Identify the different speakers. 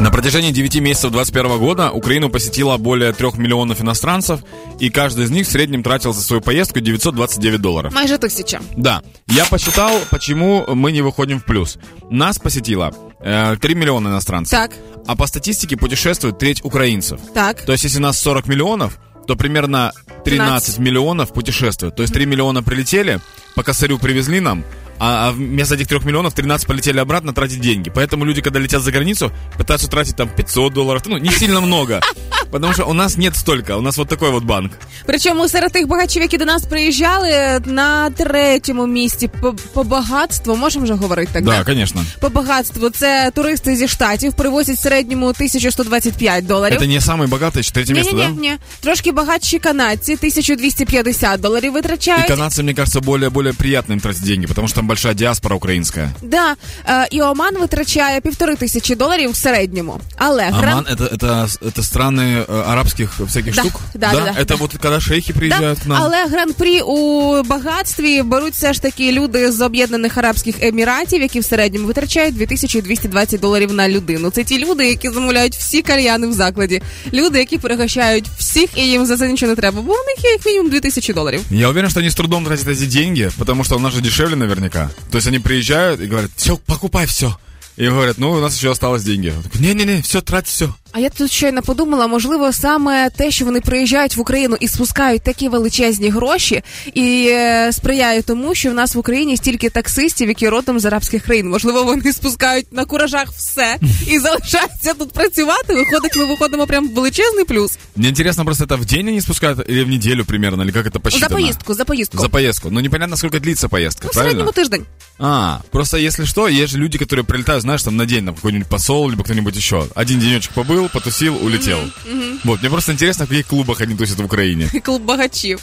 Speaker 1: На протяжении 9 месяцев 2021 года Украину посетило более 3 миллионов иностранцев, и каждый из них в среднем тратил за свою поездку 929 долларов.
Speaker 2: Майже тисяча.
Speaker 1: Да, я посчитал, почему мы не выходим в плюс. Нас посетило э, 3 миллиона иностранцев.
Speaker 2: Так,
Speaker 1: А по статистике путешествует треть украинцев.
Speaker 2: так.
Speaker 1: То есть, если нас 40 миллионов, то примерно 13 миллионов путешествуют. То есть 3 миллиона прилетели, по косарю привезли нам, а а вместо этих 3 миллионов 13 полетели обратно тратить деньги. Поэтому люди, когда летят за границу, пытаются тратить там 500 долларов. Ну, не сильно много. Потому что у нас нет столько. У нас вот такой вот банк.
Speaker 2: Причому серед тих багачів, які до нас приїжджали, на третьому місці по, по багатству, можемо вже говорити так?
Speaker 1: Да, конечно.
Speaker 2: По багатству це туристи зі штатів привозять в середньому 1125 доларів.
Speaker 1: Это не самый богатый, еще третье
Speaker 2: Ні,
Speaker 1: место,
Speaker 2: ні, ні,
Speaker 1: да?
Speaker 2: ні. Трошки багатші канадці 1250 доларів витрачають.
Speaker 1: И канадцы, мне кажется, более, более приятно им тратить деньги, потому что там большая диаспора украинская.
Speaker 2: Да, е, і Оман витрачає півтори тисячі доларів в середньому. Але
Speaker 1: Оман это, это, это страны э, арабских всяких
Speaker 2: Да,
Speaker 1: штук.
Speaker 2: да, да, да,
Speaker 1: это вот когда шейхи приезжают
Speaker 2: Да,
Speaker 1: к нам.
Speaker 2: але гран-прі у багатстві беруть все ж таки люди з Об'єднаних Арабських Еміратів, які в середньому витрачають 2220 доларів на людину. Це ті люди, які замовляють всі кальяни в закладі. Люди, які перегощають всіх, і їм за це нічого не треба. Бо у них є як мінімум 2000 доларів.
Speaker 1: Я уверен, что они с трудом тратят эти деньги, потому что у нас же дешевле наверняка. То есть они приезжают и говорят, все, покупай все. И говорят, ну, у нас еще осталось деньги. Он такой, Не-не-не, все, трать все.
Speaker 2: А я тут щойно подумала, можливо, саме те, що вони приїжджають в Україну і спускають такі величезні гроші, і е, сприяє тому, що в нас в Україні стільки таксистів, які родом з арабських країн. Можливо, вони спускають на куражах все і залишаються тут працювати. Виходить, ми виходимо прям в величезний плюс
Speaker 1: Мне интересно, просто это в день они спускают или в неделю примерно, или как это
Speaker 2: за
Speaker 1: посчитано?
Speaker 2: поїздку, за поїздку.
Speaker 1: За поездку. Ну, непонятно, сколько длится поездка,
Speaker 2: Ну, в
Speaker 1: правильно?
Speaker 2: середньому тиждень.
Speaker 1: А, просто если что, есть же люди, которые прилетают, знаешь, там на день, там какой-нибудь посол, либо кто-нибудь еще. Один денечек побыл, потусил, улетел. Вот, мне просто интересно, в каких клубах они тусят в Украине.
Speaker 2: Клуб багачів.